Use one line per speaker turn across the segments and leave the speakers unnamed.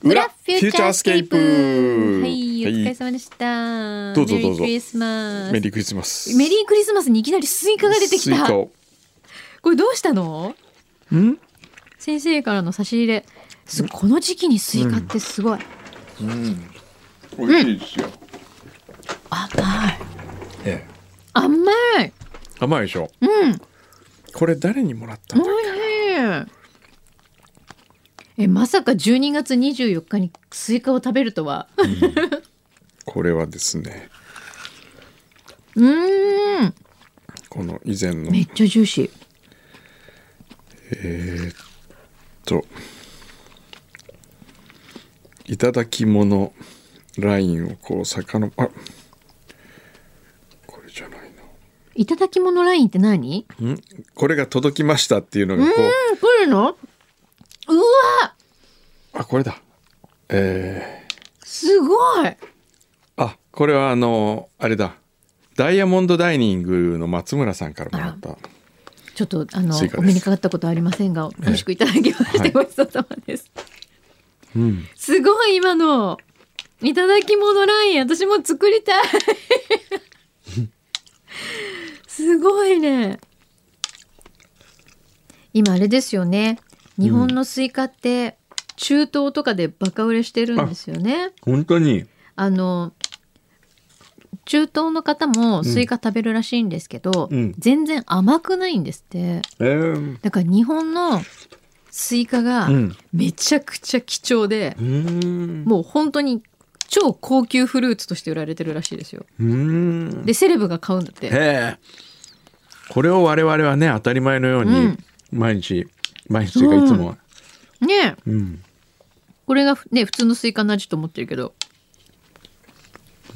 フューチャースケープ
はい、お疲れ様でした。
どうぞどうぞ
メリークリスマス。
メ
メ
リ
リ
ークリスマス。
ークリスマスにいきなりスイカが出てき
スイ
た。
カを
これどうしたの？
ん
先生からの差し入れ。すこの時期にスイカってすごい。
美味しいですよ。
甘い。
ええ
甘い。
甘いでしょ。
うん。
これ誰にもらった
美
の？
味しい。えまさか12月24日にスイカを食べるとは。
これはですね、
うーん。
この以前の
めっちゃジューシー。
えーっといただき物ラインをこう遡あこれじゃない
いただき物ラインって何？
な。んこれが届きましたっていうのがこう。
うん来るの？うわ
あこれだえ
すごい。
ー、あこれはあのあれだダイヤモンドダイニングの松村さんからもらった
ちょっとあの
スイカです
お目にかかったことはありませんが美味しくいただきまして、
はい
ごちそうさまです。
うん
すごい今のいただき物ライン私も作りたい。すごいね。今あれですよね。日本のスイカって中東とかでバカ売れしてるんですよね。
本当に
あの中東の方もスイカ食べるらしいんですけど、
うん
全然甘くないんですって
えー、
だから日本のスイカが
うん
めちゃくちゃ貴重で
う、ん
もう本当に超高級フルーツとして売られてるらしいですよ
うん
でセレブが買うんだって
えー、これを我々はね当たり前のよう
う
に
ん
毎日、毎日というかいつも、
ねえ
うん
これがふね普通のスイカの味と思ってるけど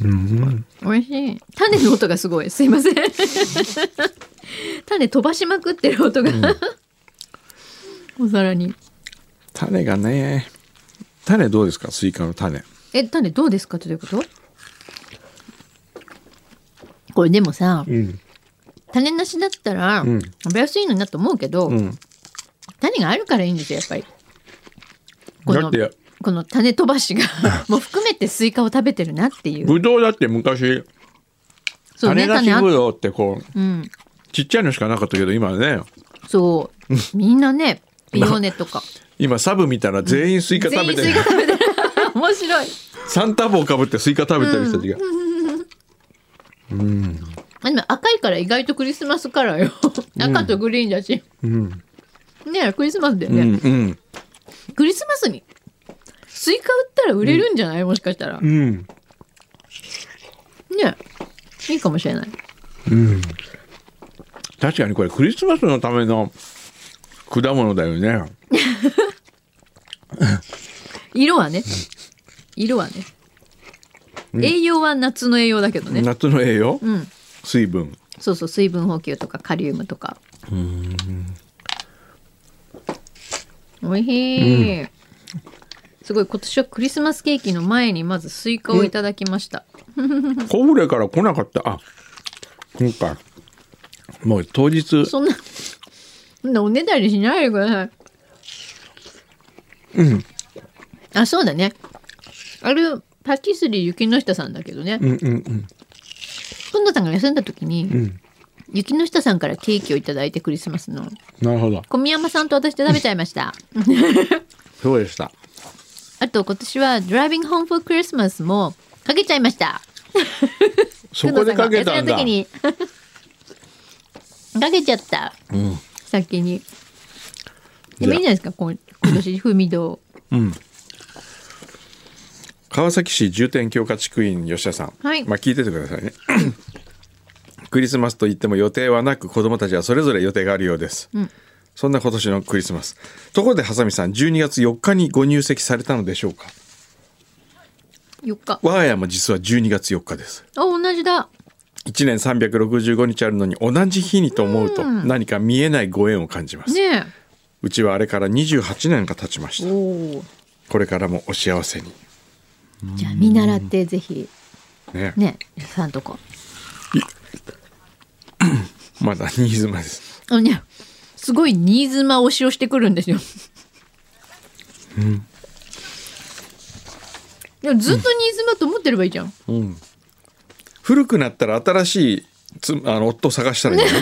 うん、
美味しい種の音がすごいすいません 種飛ばしまくってる音が、 お皿に
種がね種どうですかスイカの種
え、種どうですかってどういうことこれでもさ、
うん
種なしだったら
ん
食べやすいのになと思うけど、
うん
種があるからいいんですよ、やっぱり。こ
だ
の
って
この種飛ばしがもう含めてスイカを食べてるなっていう。
ぶどうだって昔
そうね、
種なし
あ
ぶどうってこう
うん。
ちっちゃいのしかなかったけど今はね
そう。みん なね、ピオーネとか。
今サブ見たら全員スイカ食
全
べ
員
て
ス
る、
イカ食べてる。 面白い。
サンタ帽かぶってスイカ食べてる人たちが、
あでも赤いから意外とクリスマスカラーよ。赤とグリーンだし。ねえクリスマスだよね。
うんうん
クリスマスにスイカ売ったら売れるんじゃない、もしかしたら。ね
うん
いいかもしれない。
確かにこれクリスマスのための果物だよね
色はね。色はね。栄養は夏の栄養だけどね。
夏の栄養、
ん
水分
そうそう、水分補給とかカリウムとか。おいしい。すごい今年はクリスマスケーキの前にまずスイカをいただきました。
コブレから来なかったあ今回もう当日
そんな、そんなおねだりしないでください。うん。あ、そうだね。あれ、パティスリー雪の下さんだけどね。
うんうんうん
本田さんが休んだ時に、雪の下さんからケーキをいただいてクリスマスの。
なるほど
小宮山さんと私で食べちゃいました。
そうでした
あと今年は Driving Home for Christmas もかけちゃいました。
そこでかけたんだ
工藤さんが休ん だ時にかけちゃった。
うん
先に。でもいいんじゃないですか、こう今年踏み堂。
川崎市重点強化地区員吉田さん、
はい
まあ聞いててくださいね クリスマスといっても予定はなく子どもたちはそれぞれ予定があるようです、そんな今年のクリスマスところでハサミさん12月4日にご入籍されたのでしょうか
4日。
我が家も実は12月4日です
あ、同じだ。
1年365日あるのに同じ日にと思うと何か見えないご縁を感じます、う
ね
ちはあれから28年が経ちまし
え。
た
おお。
これからもお幸せに
じゃあ見習ってぜひ
ね
ね、さんとこ。
まだ新妻です
あのね、すごい新妻推しをしてくるんですよ。でもずっと新妻だと思ってればいいじゃん。
古くなったら新しいつあの夫を探したらいいよね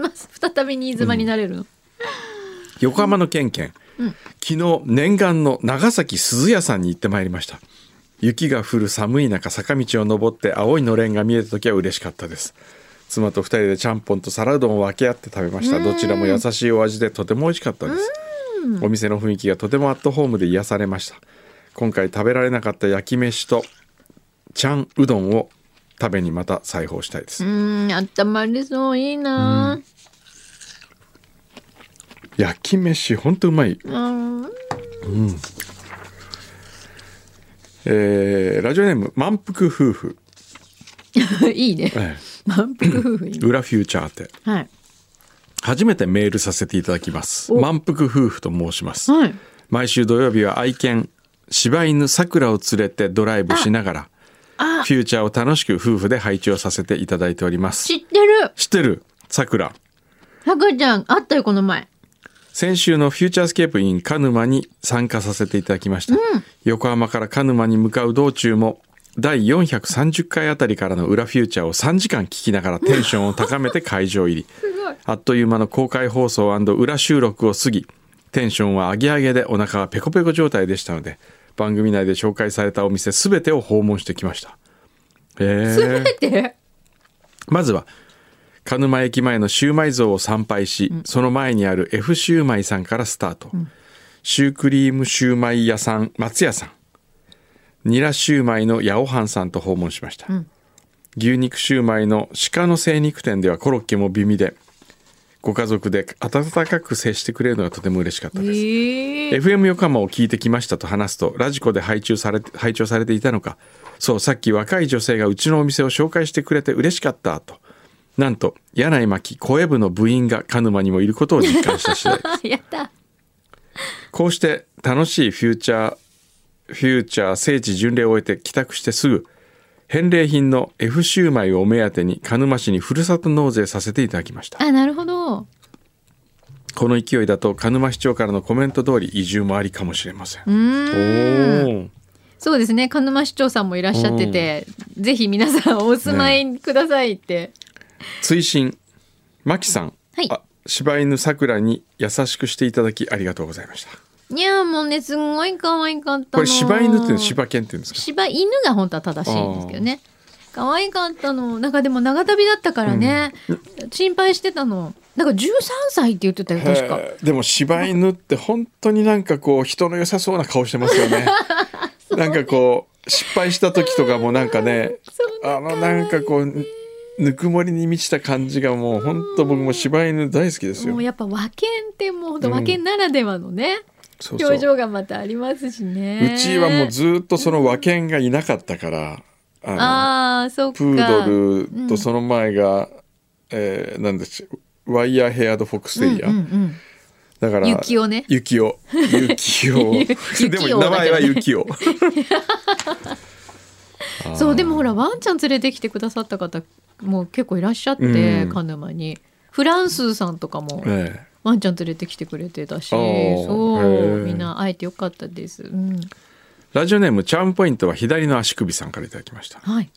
まあ再び新妻になれるの。
横浜のケンケン、昨日念願の長崎鈴屋さんに行ってまいりました雪が降る寒い中坂道を登って青いのれんが見えた時は嬉しかったです妻と二人でちゃんぽんと皿うどんを分け合って食べましたどちらも優しいお味でとても美味しかったですお店の雰囲気がとてもアットホームで癒されました今回食べられなかった焼き飯とちゃんうどんを食べにまた裁縫したいです
うーん、あったまりそう、いいなー。
焼き飯ほんとうまい
うん、
えーラジオネーム満腹夫婦、
いいね。
え
満腹夫婦いい
え
ね。
裏フューチャーって
はい。
初めてメールさせていただきます
お
満腹夫婦と申します
はい。
毎週土曜日は愛犬柴犬さくらを連れてドライブしながら
あ、
フューチャーを楽しく夫婦で配置をさせていただいております
知ってる。
知ってるさくら
さくちゃん、あったよ、この前。
先週のフューチャースケープイン鹿沼に参加させていただきました、横浜から鹿沼に向かう道中も第430回あたりからの裏フューチャーを3時間聞きながらテンションを高めて会場入りあっという間の公開放送裏収録を過ぎテンションは上げ上げでお腹はペコペコ状態でしたので番組内で紹介されたお店全てを訪問してきましたへ
すべて。
まずは鹿沼駅前のシウマイ像を参拝し、その前にある F シウマイさんからスタート、シュークリームシューマイ屋さん松屋さんニラシューマイの八百半さんと訪問しました、牛肉シューマイの鹿の精肉店ではコロッケも美味でご家族で温かく接してくれるのがとても嬉しかったです
ええ。
FM 横浜を聞いてきましたと話すとラジコで配聴されて配聴されていたのかそうさっき若い女性がうちのお店を紹介してくれて嬉しかったとなんと柳井真紀声部の部員が鹿沼にもいることを実感した次第
あ、やった。
こうして楽しいフューチャーフューチャー聖地巡礼を終えて帰宅してすぐ返礼品の F シューマイをお目当てに鹿沼市にふるさと納税させていただきました
あ、なるほど。
この勢いだと鹿沼市長からのコメント通り移住もありかもしれません
うーん。
おお
そうですね。鹿沼市長さんもいらっしゃってて、ぜひ皆さんお住まいくださいって。
追伸マキさん、
はい
あ柴犬さくらに優しくしていただきありがとうございました
いやー、もうね、すごい可愛かっ
こ
たの。
れ柴犬っていうの柴犬っていうんですか
柴犬が本当は正しいんですけどね可愛かったのなんかでも長旅だったからね、心配してたのなんか13歳って言ってたよ確か
へーでも柴犬って本当になんかこう人の良さそうな顔してますよ ねなんかこう失敗した時とかもなんかね
そう
あのなんかこうぬくもりに満ちた感じがもう本当僕も柴犬大好きですよ
もうやっぱ和犬ってもうほんと和犬ならではのね、
そうそう
表情がまたありますしね
うちはもうずっとその和犬がいなかったからあの
ああそっか
プードルとその前が、えーなんでしょうワイヤーヘアードフォックステリア、
うんうん
だから
雪をね
雪を雪
雪
を
を
でも名前は雪を
うんそうでもほらワンちゃん連れてきてくださった方も結構いらっしゃって、
うん
鹿沼にフランスさんとかも、
ええ
ワンちゃん連れてきてくれてたし、
あー
そう
へー
みんな会えてよかったです。うん、
ラジオネームチャームポイントは左の足首さんからいただきました、
はい。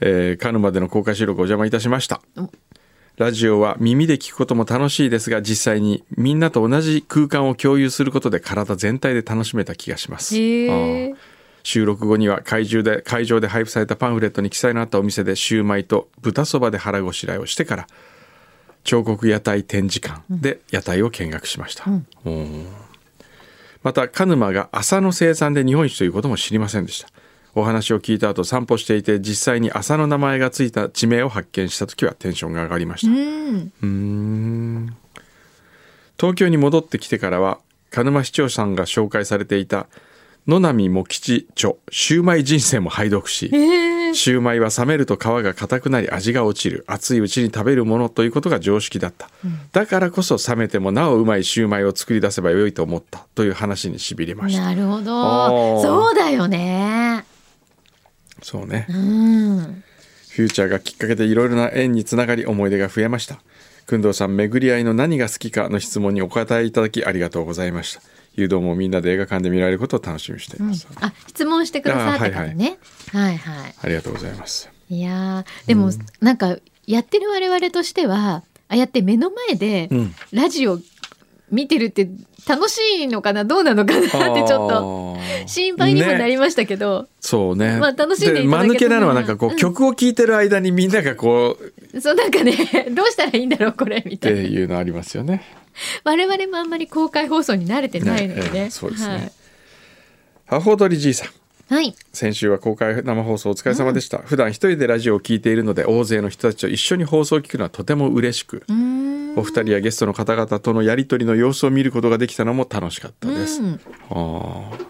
えー、カヌマでの公開収録お邪魔いたしましたラジオは耳で聞くことも楽しいですが実際にみんなと同じ空間を共有することで体全体で楽しめた気がします
へ
あ
え
ー。収録後には会場で会場で配布されたパンフレットに記載のあったお店でシューマイと豚そばで腹ごしらえをしてから彫刻屋台展示館で屋台を見学しました、うんまた鹿沼が麻の生産で日本一ということも知りませんでしたお話を聞いた後散歩していて実際に麻の名前がついた地名を発見した時はテンションが上がりました
うん。
東京に戻ってきてからは鹿沼市長さんが紹介されていた野波茂吉著シューマイ人生も拝読し
へえ。
シューマイは冷めると皮が硬くなり味が落ちる熱いうちに食べるものということが常識だった、だからこそ冷めてもなおうまいシューマイを作り出せばよいと思ったという話にしびれました
なる
あ
ほ
ー
ど。そうだよね。
そうね
うん。
フューチャーがきっかけでいろいろな縁につながり思い出が増えました。くんどうさん巡り合いの何が好きかの質問にお答えいただきありがとうございました。誘導もみんなで映画館で見られることを楽しみにしてい
うん
ます、
あ質問してくださった方ねはいはい
ありがとうございます
いやーでも、なんかやってる我々としてはああやって目の前で
うん
ラジオ見てるって楽しいのかなどうなのかなってちょっと
と
心配にもなりましたけど、
そうね。
まあ楽しんでいただけたら
間抜けなのはなんかこう、
うん
曲を聴いてる間にみんながこうっ
そうなんかね どうしたらいいんだろうこれみた
て
いな
いうのありますよね。
我々もあんまり公開放送に慣れてないのでね
ええそうですね。母鳥じいさん。
はい、はい
先週は公開生放送お疲れ様でした、普段一人でラジオを聴いているので大勢の人たちと一緒に放送を聞くのはとても嬉しく、
うーん
お二人やゲストの方々とのやり取りの様子を見ることができたのも楽しかったです、
うん
あー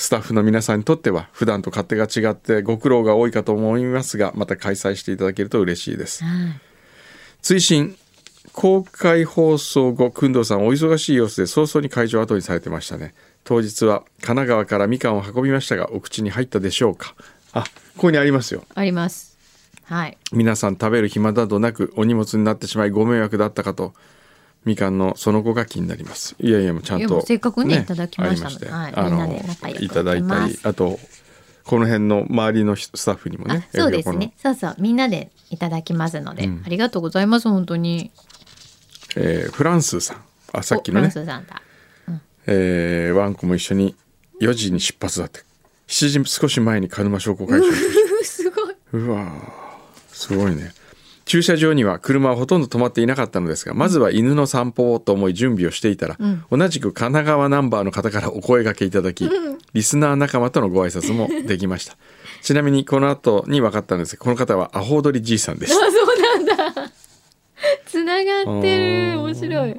スタッフの皆さんにとっては普段と勝手が違ってご苦労が多いかと思いますがまた開催していただけると嬉しいです
はい
追伸公開放送後工藤さんお忙しい様子で早々に会場を後にされてましたね当日は神奈川からみかんを運びましたがお口に入ったでしょうかあここにありますよ
ありますはい
皆さん食べる暇などなくお荷物になってしまいご迷惑だったかとみかんのその後が気になりますいやいやもうちゃん
いやも
と
うせっかくねいただきましたので
あり
はいみん
ま
な
してあ
で仲良
の
く
いただいた
行きま
り
す
あとこの辺の周りのスタッフにも
あ
ね
そうです
やっぱり
ねそうそうみんなでいただきますので、
うん
ありがとうございます本当に
この、えーフランスさんあさっきの
おフラ
ね
ンスさんだ
えーワンコも一緒に4時に出発だって7時少し前に鹿沼商工会場
う すごいう
わーすごいね駐車場には車はほとんど止まっていなかったのですがまずは犬の散歩をと思い準備をしていたら、
ん
同じく神奈川ナンバーの方からお声掛けいただき、リスナー仲間とのご挨拶もできましたちなみにこの後に分かったんですがこの方はアホ踊りじいさんでした
あそうなんだ つながってる
あー
面白い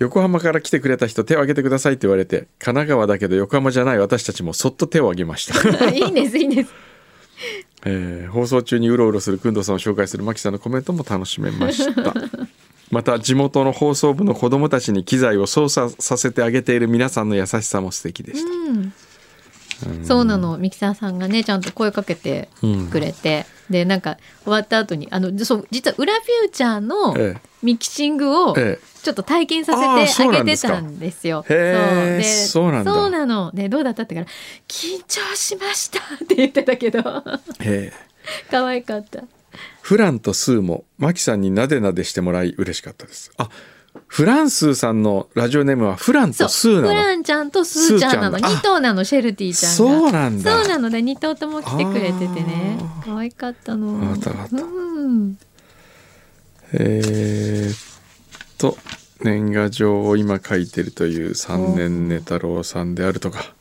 横浜から来てくれた人手を挙げてくださいって言われて神奈川だけど横浜じゃない私たちもそっと手を挙げました
あ いいんですいいんです
えー放送中にうろうろする工藤さんを紹介する牧さんのコメントも楽しめました また地元の放送部の子どもたちに機材を操作させてあげている皆さんの優しさも素敵でした、
うんそうなのミキサーさんがねちゃんと声かけてくれて、でなんか終わった後にあのそう実は「裏フューチャー」
え
の
え
ミキシングを
ええ
ちょっと体験さ
ああ
せ
そう
てあ
なん
げ
で
て
すか
たんですよ。
へえ
で
そうなんだ
そうなのでどうだったってから「緊張しました」って言ってたけど
えー
可愛かった。
フランとスーも牧さんになでなでしてもらい嬉しかったですあフランスーさんのラジオネームはフラン
そ
と
う
スー
フ
なの
ランちゃんとスーちゃんなの
スーちゃんだ
2頭なのシェルティちゃんが
そうなんだ
そうなので2頭とも来てくれててね
あ
可愛かったの
わかったわかった
うん
えーっと年賀状を今書いてるという三年寝太郎さんであるとか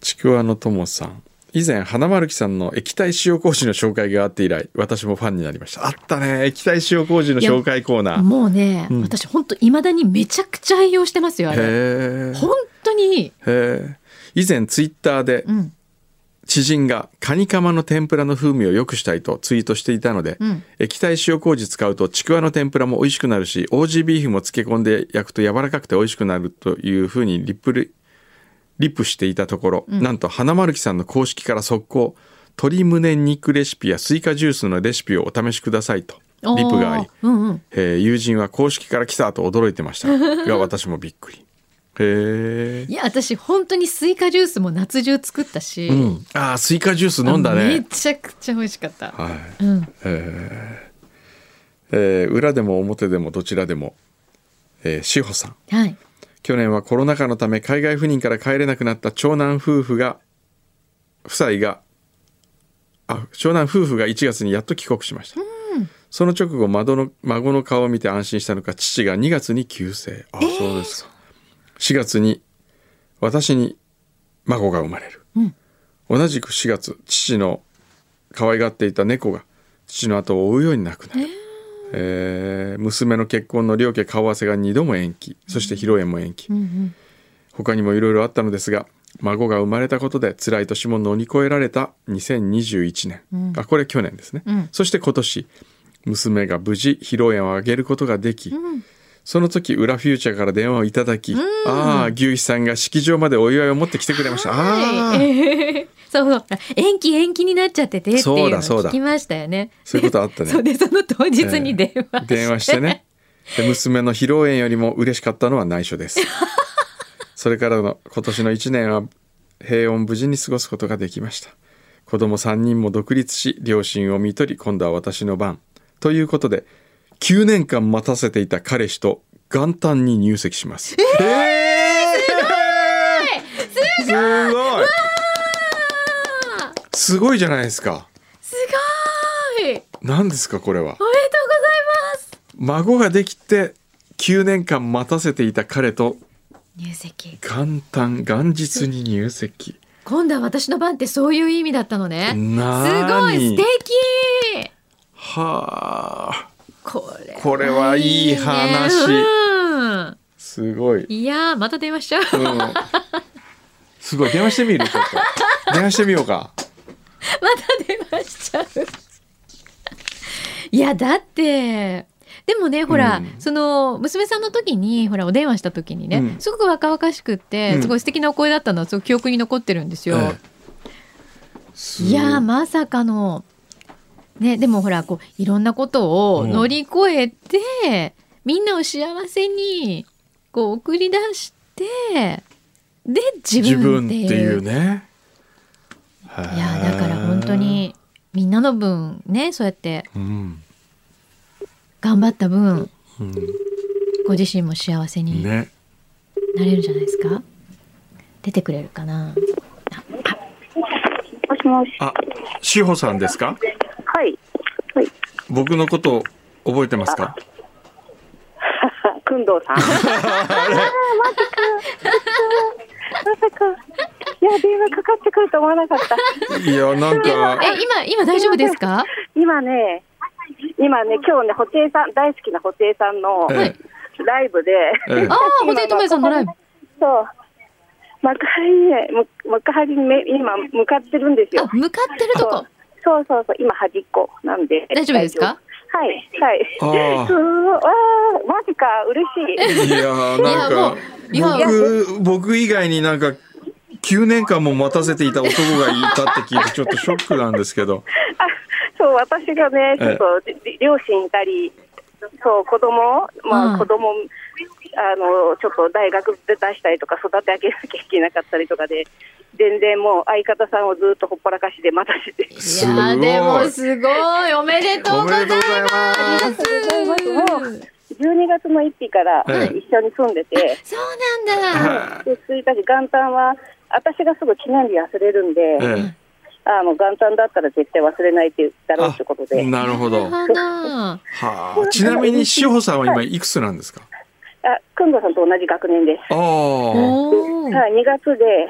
ちくわのともさん以前花丸木さんの液体塩麹の紹介があって以来私もファンになりましたあったね液体塩麹の紹介コーナー
もうね、
うん
私本当いまだにめちゃくちゃ愛用してますよあれ
へー
本当に
へー以前ツイッターで
うん
知人がカニカマの天ぷらの風味を良くしたいとツイートしていたので、
うん
液体塩麹使うとちくわの天ぷらも美味しくなるしオージービーフも漬け込んで焼くと柔らかくて美味しくなるというふうにリップリリップしていたところ、なんと花丸木さんの公式から速攻鶏胸肉レシピやスイカジュースのレシピをお試しくださいとリ
おー
ップがあり、
うんうん、
えー友人は公式から来たと驚いてましたが私もびっくりへえ
いや私本当にスイカジュースも夏中作ったし、
うん、あースイカジュース飲んだ
め
ね
ちゃくちゃ美味しかった、
はい
うん、
えー裏でも表でもどちらでも、えー、志保さん
はい
去年はコロナ禍のため海外赴任から帰れなくなった長男夫婦が夫妻があ長男夫婦が1月にやっと帰国しました、その直後窓の孫の顔を見て安心したのか父が2月に急逝あ、そうですか4月に私に孫が生まれる、
ん
同じく4月父の可愛がっていた猫が父の後を追うように亡くなる、えー娘の結婚の両家顔合わせが2度も延期そして披露宴も延期、他にもいろいろあったのですが孫が生まれたことで辛い年も乗り越えられた2021年、あこれ去年ですね、
ん
そして今年娘が無事披露宴を挙げることができ、その時裏フューチャーから電話をいただき、ああ牛肥さんが式場までお祝いを持ってきてくれましたああ
はいえーそうそう延期延期になっちゃっててっていうの
そ
を
うだそうだ
聞きましたよね
そういうことあったね
そうでその当日に電話、
電話してねで娘の披露宴よりも嬉しかったのは内緒ですそれからの今年の1年は平穏無事に過ごすことができました子供3人も独立し両親を看取り今度は私の番ということで9年間待たせていた彼氏と元旦に入籍しますえー、すごいすごいじゃないですか
すごいおめでとう
何ですかこれは
ございます
孫ができて9年間待たせていた彼と
入籍
元旦元日に入籍
今度は私の番ってそういう意味だったのねす
な
ごい素
ーに
敵
はあ
これ
これはいい話
ねうん
すご い、
いやーまた電話しちゃう
うん、すごい電話してみるちょっと電話してみようか
また電話しちゃう いやだってでもねほら、
うん
その娘さんの時にほらお電話した時にね、
うん
すごく若々しくって、
うん
すごい素敵なお声だったのはすごく記憶に残ってるんですよ。
ええす
いやーまさかの、ね、でもほらこういろんなことを乗り越えて、みんなを幸せにこう送り出してで自
自分
分っ
ってて
いう
いうね
いやーだから本当、にみんなの分ねそうやって
へえうん
頑張った分
う
ご自身も幸せ
ん、
にな
ね
れるじゃないですか、出てくれるかな
もしもし。
あ志保さんですか
はい。はい。
僕のこと覚えてますか
くんどうさん。あーまさか。まさか。 いや、電話かかってくると思わなかった。
いやなんか
え今今大丈夫ですか
今ね、今ね、今日ね、布袋さん、大好きな布袋さんの
え
ライブで、
えええ
ああ布袋寅泰さんのライブ
そう、幕張にね、む幕張にめ今向かってるんですよ
あ。向かってるとこ
そうそうそう、今端っこなんで。
大丈夫ですか
はい、はい。
あー
うーわー、マジか、嬉しい。
いやーなんか
いやもういや
僕僕以外になんか9年間も待たせていた男がいたって聞いてちょっとショックなんですけど
あそう、私がね、ちょっと、り両親いたり、そう、子供、ま
うん
あ、子供、あの、ちょっと大学で出したりとか、育て上げなきゃいけなかったりとかで、全然もう相方さんをずっとほっぽらかしで待たせて。
す
い
ごい
やーでもすごいおめでとう
お
ござ
めでとう
い
ございま
ます
ます12月の1日から
ええ
一緒に住んでて、
そうなんだ
は
で、1日元旦は、私がすぐ記念日忘れるん
い
で、
え
あの、元旦だったら絶対忘れないってだろうってこと
え
で、
なるほどは
なるほ
あちなみに志保さんは今いくつなんですか
あ、くんどさんと同じ学年です。
ああ
どおー
はい、2月で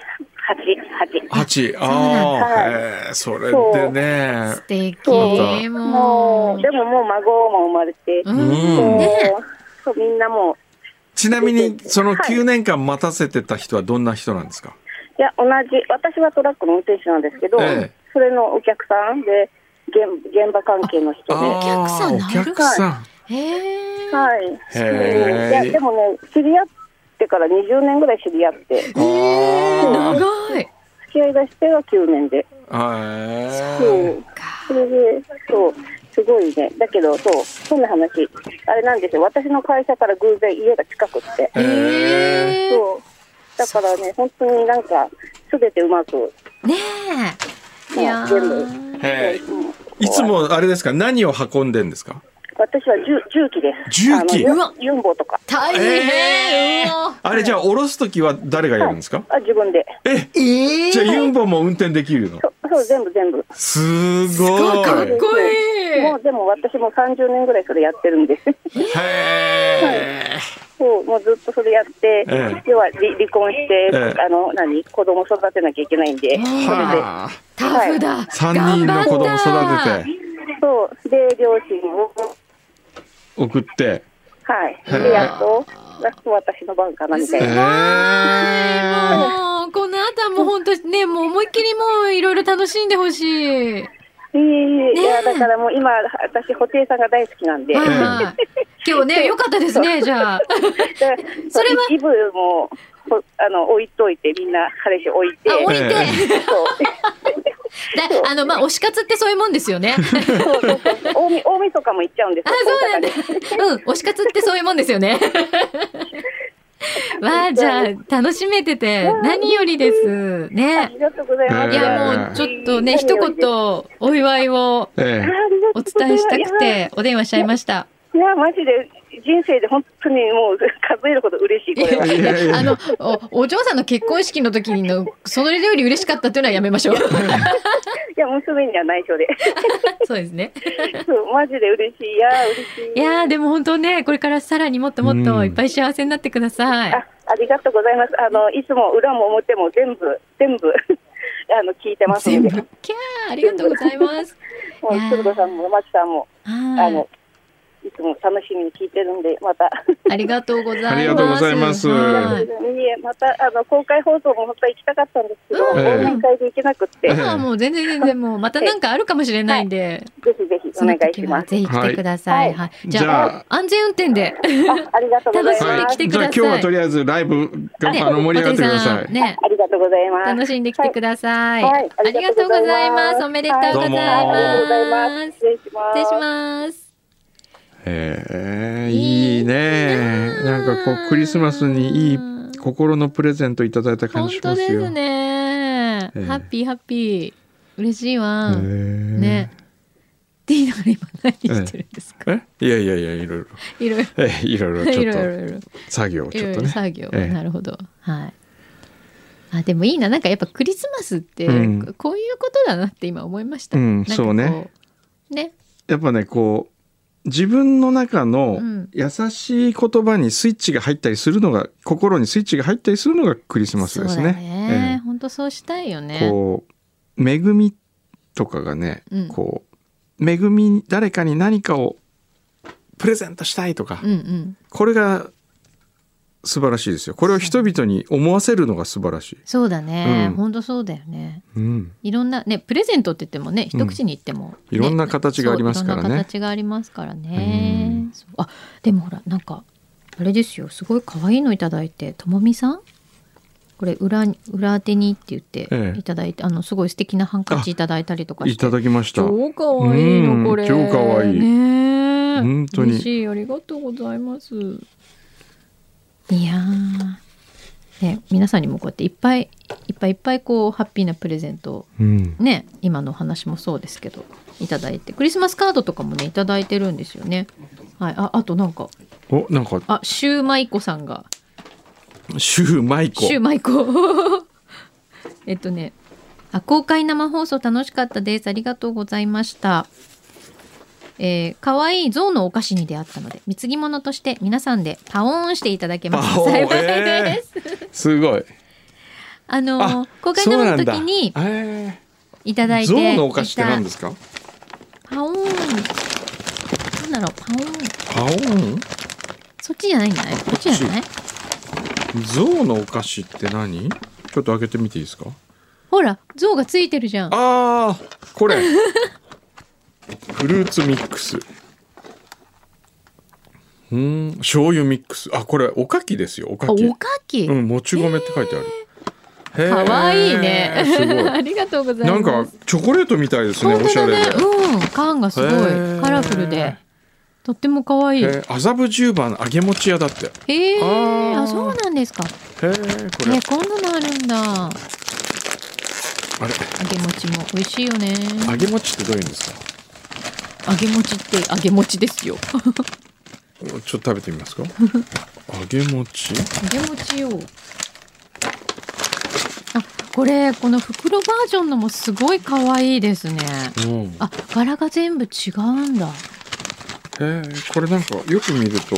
8、8。
8
そう
なん
あ
だ
あへえそれでね
素敵
そ
も
も
う
う、でももう孫も生まれて、
う
うん
ん
もう
ね
そうみんなもう、
ちなみにその
はい
9年間待たせてた人はどんな人なんですか
いや、同じ、私はトラックの運転手なんですけど、
ええ
それのお客さんで、現現場関係の人で、は
ああ
お
お
客さん
客さん
へえ
い。
へ
うんいや、
え
でもね、知り合ってから20年ぐらい知り合って、付
あー
長い
き合い出しては9年で、
へえ
うん、それで、そう、すごいね、だけど、そう、そんな話、あれなんですよ、私の会社から偶然家が近くって。
え
え
そう。だからね、本当になんか、すべてうまく、
ねえいやー
全部
えへえ
うん
いつもあれですか何を運んでんですか
私は重重機です。
重機
あの
うわ
ユンボとか。
大変うわ
あれじゃあ降ろすときは誰がやるんですか
あ、自分で。
え
ええ
じゃあユンボも運転できるの
そう、そう全部全部。
すごい
かっこいい
もう、でも私も30年ぐらいそれやってるんです。
へえ
そう、もうずっとそれやって、
え
要は離離婚して、
ええ
あの、何子供育てなきゃいけないんで。
はあ
タフだ
3人の子供育て
て
て
そう。で、両親を、
送って
はい。
へ
で、
え
やっと、やっと私の番かな、みたい
へ
な。
え
もうこの後はもう本当にねもう思いっきりもういろいろ楽しんでほしい
いいいいいや、
ねえ
だからもう今、私、布袋さんが大好きなんで。
はいはい今日ね良かったですねじゃあ
だから
それは
イブもほあの置いといてみんな彼氏置いて
あ降りて
え
そう
だあのまあ推し活ってそういうもんです よね
そうそうそう大み 大晦日も行っちゃうんで す
あ、そうなんだ。うん、推し活ってそういうもんですよね。わあ、じゃあ、楽しめてて、何よりです。
あ
ね
り。がとうございます。
いや、もう、ちょっとね、一言、お祝いを
ええ
お伝えしたくて、お電話しちゃいました。
いや、マジで、人生で本当にもう数えるほど嬉しい、これは。
いやいや
あのお、お嬢さんの結婚式の時の、それより嬉しかったというのはやめ ましょう。
いや、娘には内緒で。
そうですね。
そう、マジで嬉しい。いや、嬉し
い
い。
やー、でも本当ね、これからさらにもっともっといっぱい幸せになってください。
あ、ありがとうございます。あの、いつも裏も表も全部、全部、 あの、聞いてます
全
の
部。
で
キャ。ー、ありがとうございます。
もう、鶴子さんも、まちさんも、 あ
は
の、いつも楽しみに聞いてるんで、また。
い。ありがとうございます。
ありがとうございます
はい
いえ、また、あの、公開放送も本当は行きたかったんですけど、
うん
忘年会で行けなくって、
ええ
ぜ
まあもう全然全然もうまたなんかあるかもしれないんで、
ひぜひ
そ
お
の
願い
時
し
は
ます。
ぜひ来てください。
は
はい。じゃあ安全運転で。
あありがとうございます。
楽しんできて
じゃあ今日はとりあえずライブが、
ね
あの盛り上がってくださ
松井
い。
んね、
ありがとうございます。
楽しんできてください。
はいはい
ありがとうございます。
あ
おめで
り
とう
が
ご
と
ざ
う
い
ございます
ありがとうござい
ま。
ますす。
失
失礼します。
礼します。
へえいいねなんかこうクリスマスにいい心のプレゼントいただいた感
本
じしま
当
す
で
よ。
すね。
ええ
ハッピーハッピー。嬉しいわ。
ね
ね。。ティーナが今何してるんですか。
えいやいやいやいろ いろ
いろい
えいろい
ろ
ろ
い
ち
ろ
ょっ
いろいろ。
と作業を
い
ちょ
ろ
っ
い
と
ろ
ね。
作業、
ええ
なるほどはいあでもいいななんかやっぱクリスマスって
うん
ここういうことだなって今思いました、
うん
なんかこ
そうね
ね
やっぱねこう自分の中の
うん
優しい言葉にスイッチが入ったりするのが心にスイッチが入ったりするのがクリスマスです
そうだね、
ね。ええ
本当そうしたいよね
こう恵みとかがね、
うん
こう恵み誰かに何かをプレゼントしたいとか、
うんうん
これが素晴らしいですよこれを人々に思わせるのが素晴らしい、
そうだね、
うん
本当そうだよね
うん、
いろんなねプレゼントって言ってもね一口に言っても、ね
いろんな形がありますからね
そういろんな形がありますからね、そうあでもほらなんかあれですよすごい可愛いのいただいてともみさんこれ裏に裏手にって言って
ええ
いただいて、あのすごい素敵なハンカチいただいたりとかして
いただきました
超可愛いのこ
う
れ
ん超可愛い
ねえ
本当に
嬉しいありがとうございますいやーね皆さんにもこうやっていっぱいいっぱいいっぱいこうハッピーなプレゼントを
うん、
ね今のお話もそうですけどいただいてクリスマスカードとかもねいただいてるんですよねはいああとなんか
おなんか
あシューマイ子さんが
シュウマイコ
シューマイ子 えっとねあ公開生放送楽しかったですありがとうございましたえー、可愛い象のお菓子に出会ったので貢ぎ物として皆さんでパオーンしていただけます
パオーン
幸いです、
すごい
あのー
あ
公開
そう
生
な
の
んだ
時に
え
いただ
ー
いて
象
いた
のお菓子って何ですか
パオーンなんだろうパオーン
パオーン
そっちじゃないんじゃないこっちじゃない
象のお菓子って何ちょっと開けてみていいですか
ほら象がついてるじゃん
あーこれフルーツミックスうん醤油ミックスあこれおかきですよおか
あ
き
おかき、
うんもち米って書いてある、へ
か
ー
わいいね
す
あ
ご
りがとうござ
い
い
な
ま
ん
す
かチョコレートみたいですね
本
お
当
しゃ
だ
れ
ね
で、
うん缶がすごい
へー
カラフルでとっても可愛い
え
へ
ー麻布十番揚げ餅屋だってへ
え
あー
あそうなんですか
えこれ
えこんなのあるんだ
あれ
揚げ餅も美味しいよね
揚げ餅ってどういうんですか
揚げ餅って揚げ餅ですよ
ちょっと食べてみますか揚げ餅
揚げ餅よあこれこの袋バージョンのもすごい可愛いですね
うん
あ柄が全部違うんだ
へえこれなんかよく見ると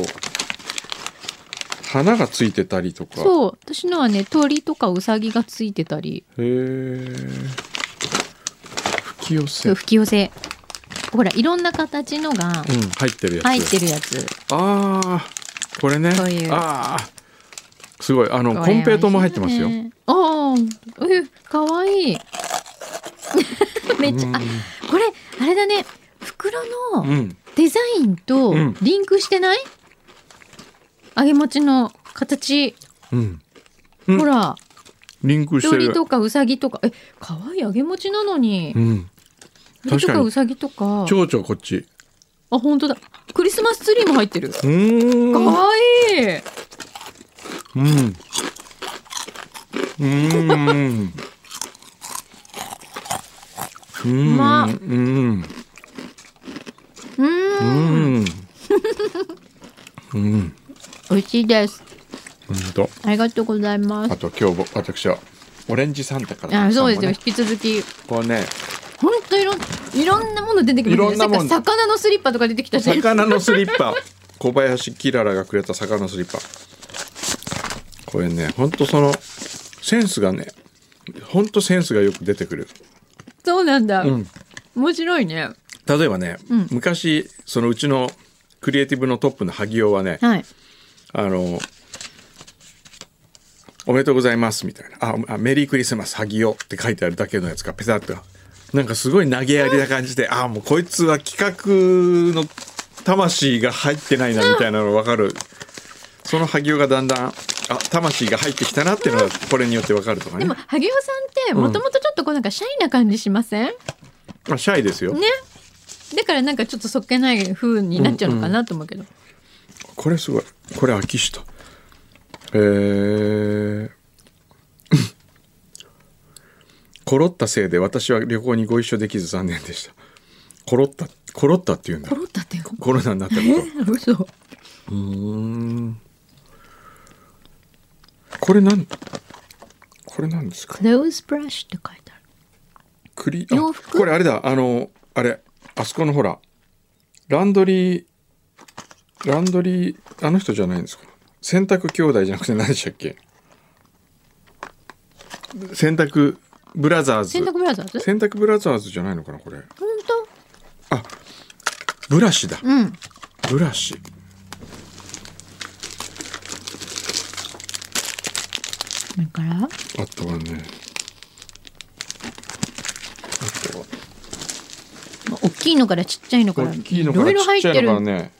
花がついてたりとか
そう私のはね鳥とかウサギがついてたり
へえ吹き寄せ
そううん吹き寄せほらいろんな形のが
入ってるやつ
入ってるやつ
ああこれね
こういう
ああすごいあのコンペイトーも入ってますよ、
ああ、え、かわいい。 めっちゃ、あ、これ、あれだね。袋
うん
の
うん
デザインと
うん
リンクしてない、揚げ餅の形。
うんうん
ほら、
リンクして
鳥
る
とかウサギとか。え、かわいい揚げ餅なのに
う。ん
鳥
確
と
か
か
に
ウサギとか。
蝶々こっち
あ、本当だ。クリスマスツリーも入ってる。
うーん
かわいい。
うん。うん。うん。
まっ
うん。
うーん、
うん。うん。
美味しいです。
うんと。
ありがとうございま
あ
す。
と今日僕私はオレンジサンタから。
あ、そうですよ。
ね
引き続き、
こうね、
本当いろん、いろんなもの出てくる。
いろんなもん
さっき魚のスリッパとか出てきたし。
魚のスリッパ。小林キララがくれた魚のスリッパ。これね、ほんとそのセンスがね、ほんとセンスがよく出てくる。
そうなんだ。
うん。
面白いね。
例えばね、
うん
昔そのうちのクリエイティブのトップの萩尾はね、
はい。
あのおめでとうございますみたいなああメリークリスマス萩尾って書いてあるだけのやつがペタッとなんかすごい投げやりな感じで、あもうこいつは企画の魂が入ってないなみたいなの分かる、その萩尾がだんだんあ魂が入ってきたなっていうのがこれによって分かるとか
で
ね
も、萩尾さんって、もともとちょっとこうなんかシャイな感じしません、
まあシャイですよ、
ね。だからなんかちょっとそっけない風になっちゃうのかなと思うけど。
これすごいこれ秋下えー コロったせいで私は旅行にご一緒できず残念でしたコロったコロったっていうんだ
コロッタってよ。
コロナになったこ
え嘘。
とうーんこれなんこれなんですか
クローズブラッシュって書いてある。
クリ
洋
あ
服
これあれだあのあれあそこのほらランドリーランドリーあの人じゃないんですか洗濯兄弟じゃなくて何でしたっけ洗濯ブラザーズ
洗濯ブラザーズ
洗濯ブラザーズじゃないのかなこれ
本
ブラシだ
当うん。
ブラシ
だから
あったわねあったわ
大きいのからちっちゃいのから
大きいのから
いろいろ
ち
入
っ
っ
ちゃ
て
いのから
る
ね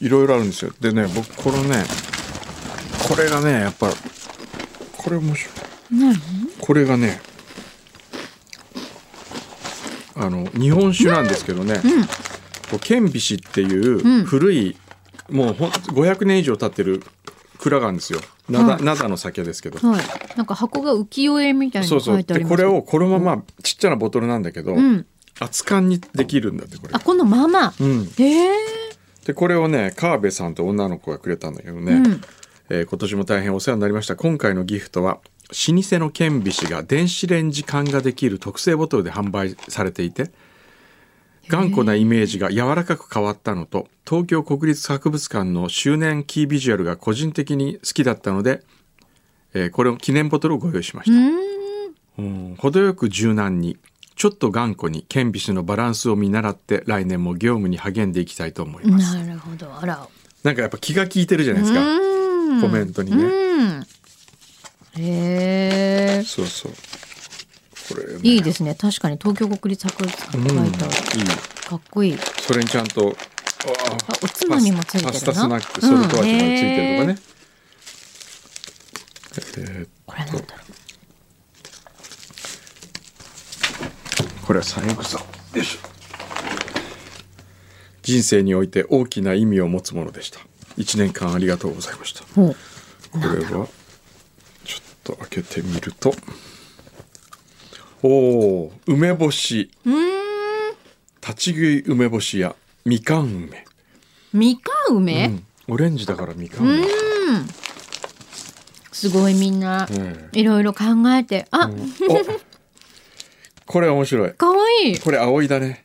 いろいろあるんですよでね僕このねこれがねやっぱこれ面白い
何
これがねあの日本酒なんですけどね、
うん
こう剣菱っていう
うん
古い、もうほん500年以上経ってる蔵があるんですよ灘
はい
灘の酒ですけど、
はいなんか箱が浮世絵みたいに
そ
書
うそう
いてあ
で
ります
これをこのままちっちゃなボトルなんだけど、
うん
熱燗にできるんだってこれ
あ。このまま
うん、
へえ
でこれをね川辺さんと女の子がくれたんだけどね、
うん
えー今年も大変お世話になりました今回のギフトは老舗の剣菱が電子レンジ缶ができる特製ボトルで販売されていて頑固なイメージが柔らかく変わったのと東京国立博物館の周年キービジュアルが個人的に好きだったので、えーこれを記念ボトルをご用意しまし
う
た、
ーん
うん程よく柔軟にちょっと頑固に剣菱のバランスを見習って来年も業務に励んでいきたいと思います
なるほどあら
なんかやっぱ気が利いてるじゃないですか。
うん
コメントにね
うんへえ
そうそう。これ、ね、
いいですね確かに東京国立博物館って書いて
う
ある
んいい
かっこいい
それにちゃんと。
あ
あ
おつまみもついてるな
パスパスタスナック、ソルト味もついてるとかね。えー
これなんだろ
これは三翼さん。よいしょ。人生において大きな意味を持つものでした。一年間ありがとうございました。こ
うほう
れは。ちょっと開けてみると。おお、梅干し。
うーん
立ち食い梅干しやみかん梅、
みかん梅
うんオレンジだからみかん
う
梅、
ーんすごいみんな
え
いろいろ考えてあ
えおこれ面白い
可愛いい
これ葵だね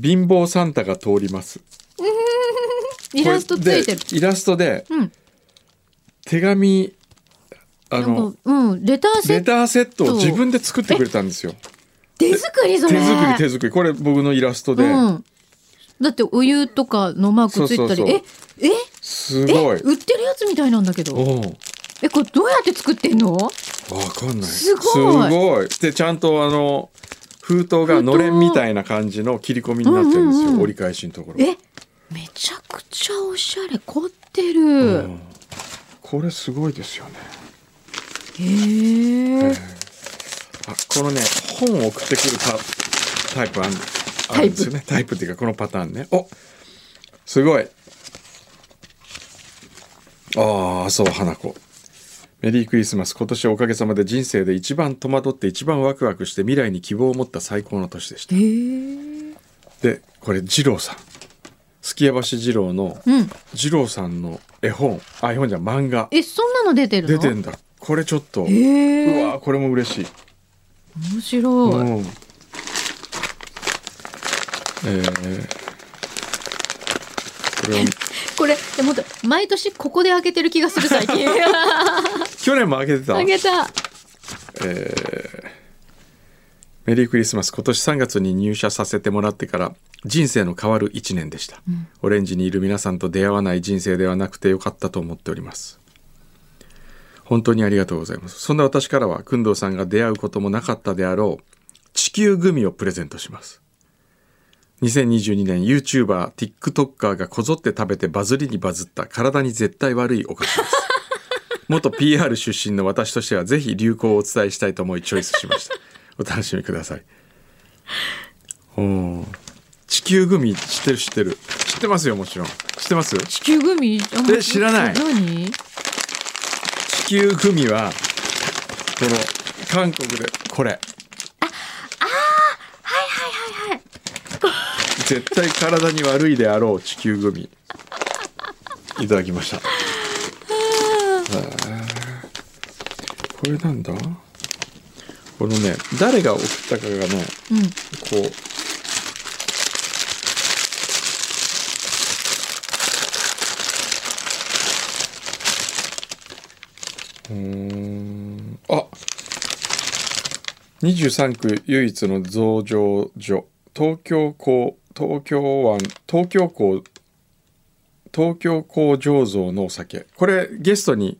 貧乏サンタが通ります
イラストついてる
これでイラストで
うん
手紙あ
な
の
んかうんレターセ
レ
ット
ターセットを自分で作ってくれたんですよ
手作りそ
手
れ
作り手作りこれ僕のイラストで、
うん、だってお湯とかのマークついてたり
そうそう
ええ
す
え
ごい
売ってるやつみたいなんだけど
おう
えこれどうやって作ってんの
わかんない。
すごい
ごいでちゃんとあの封筒がのれんみたいな感じの切り込みになってるんですよ、
うんうんうん
折り返しのところ。
えめちゃくちゃおしゃれ凝ってる、
うんこれすごいですよね。
へえ
あこのね本を送ってくるタタイプあるあるんですよねタイプっていうかこのパターンね。おすごいああそう花子メリークリスマス今年はおかげさまで人生で一番戸惑って一番ワクワクして未来に希望を持った最高の年でした
へえ。
でこれ二郎さんすきやばし二郎の
うん。
二郎さんの絵本あ絵本じゃ漫画
え、そんなの出てる
出
の
てんだこれちょっと、
へ
う
え。
わーこれも嬉しい
面白い。
うんえーこ れを
これ、でもっと、毎年ここで開けてる気がする 最近。
去年も開けてた
開けた。
メリークリスマス今年3月に入社させてもらってから人生の変わる1年でした、オレンジにいる皆さんと出会わない人生ではなくてよかったと思っております本当にありがとうございますそんな私からは工藤さんが出会うこともなかったであろう地球グミをプレゼントします2022年 YouTuberTikToker がこぞって食べてバズりにバズった体に絶対悪いお菓子です元 PR 出身の私としてはぜひ流行をお伝えしたいと思いチョイスしましたお楽しみくださいおー地球グミ知ってる知ってる知ってますよもちろん知ってます
地球グミあんま
え知らない
何
地球グミはこの韓国でこれああはいはいはいはい絶対体に悪いであろう地球グミいただきましたへーこれなんだこのね誰が送ったかがね
うん。
こううーんあ23区唯一の増上所東京港東京湾東京港東京港醸造のお酒これゲストに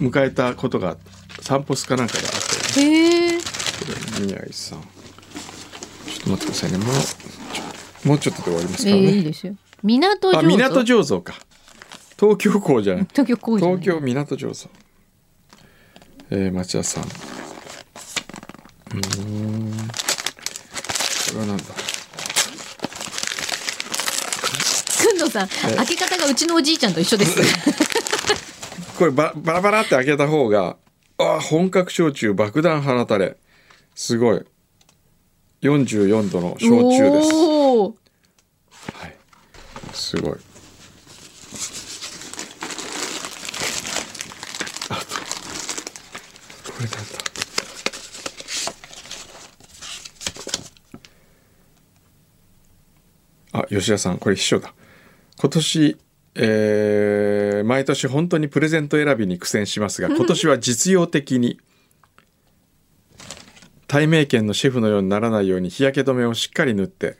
迎えたことが散歩スかなんかであったよね
へえ。
宮城さんちょっと待ってくださいねもうちょもうちょっとで終わります
え
からね、
いいですよ。港
あ
城。
港醸造か東京港じゃない
東京工場。
東京。港醸造えー、町田さんうーんこれはなんだ
くんのさん、開け方がうちのおじいちゃんと一緒です。
これババラバラって開けた方があー本格焼酎爆弾放たれすごい44度の 焼酎です
おー
はい。すごい。あと、これなんだ。あ、吉田さん、これ秘書だ。今年、えー毎年本当にプレゼント選びに苦戦しますが、今年は実用的に、対名犬のシェフのようにならないように日焼け止めをしっかり塗って、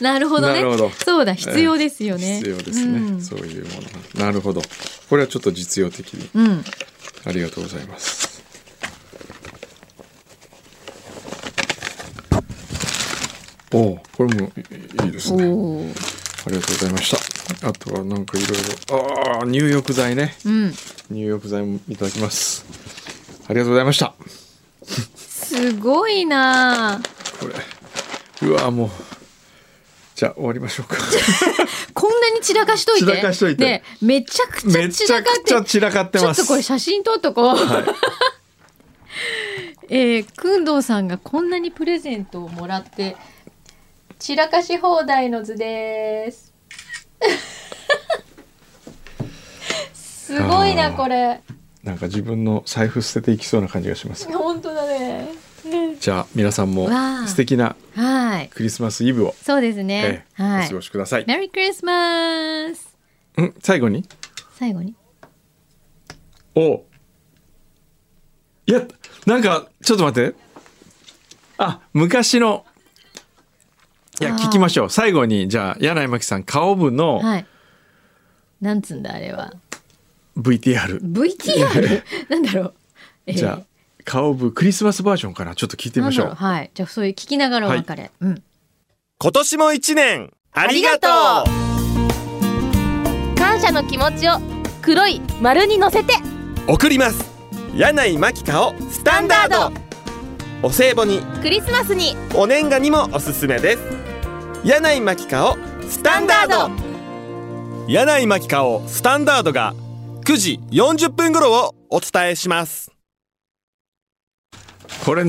なるほどね。
なるほど
そうだ、必要ですよね。
必要ですね、
うん
そういうものなるほどこれはちょっと実用的に
うん。
ありがとうございますおおこれもいいいいですね
おお。
ありがとうございましたあとはなんかいろいろああ入浴剤ね
うん。
入浴剤もいただきますありがとうございました
すごいなあ
これうわもうじゃあ終わりましょうか
こんなに散らかしといて。
散らかしといて
ね、めちゃくち
め
ゃ
ち
散
ゃ
らかっ
く
て
ちゃ散らかって
ちょ
ま
っ
す
とこれ写真撮っとこう。 えー、くんどうさんがこんなにプレゼントをもらって散らかし放題の図 です。すごい
あ
な
ー
これ。
なんか自分の財布捨てていきそうな感じがします
本当だね。ね
じゃあ皆さんも
わあ
素敵な
はい。
クリスマスイブを、
そうです
え
ね。
え
は
お過ご
い。
しください。
メリークリスマス。
ん最後に
最後に。
おういやなんかちょっと待ってあ昔のいや
あー
聞きましょう最後にじゃあ柳井真紀さん顔部の
はい。なんつうんだあれは。
VTR、
VTR なんだろう。えー
じゃあ顔部クリスマスバージョンからちょっと聞いてみ
な
ま
ん
し
だ
ょ
ろ
う
う。はい。じゃあそういう聞きながらお別れ。うん。
今年も一年ありがとう
感謝の気持ちを黒い丸に乗せて
送ります柳井真紀香をスタンダードお歳暮に
クリスマスに
お年賀にもおすすめです柳井真紀香をスタンダード柳井真紀香をスタンダードが9時40分頃をお伝えします
これ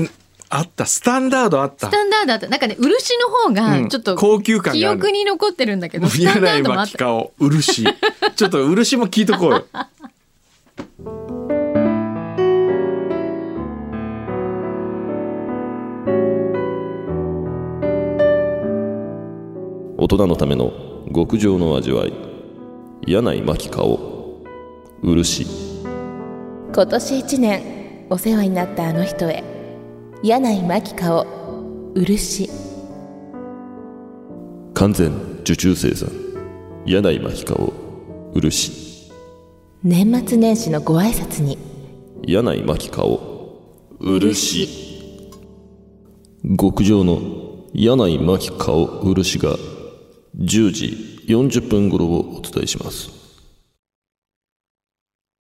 あったスタンダードあった
スタンダードあったなんかね漆の方
う
が
ん
ちょっと、
高級感
記
がある
憶に残ってるんだけどスタンダ
柳
ー
井
ドも
真
あっ
紀
た
香を漆ちょっと漆も聞いとこうよ
大人のための極上の味わい柳井真紀香を漆
今年一年お世話になったあの人へ柳井真紀香を漆
完全受注生産柳井真紀香を漆
年末年始のご挨拶に
柳井真紀香を漆極上の柳井真紀香を漆が10時40分頃をお伝えします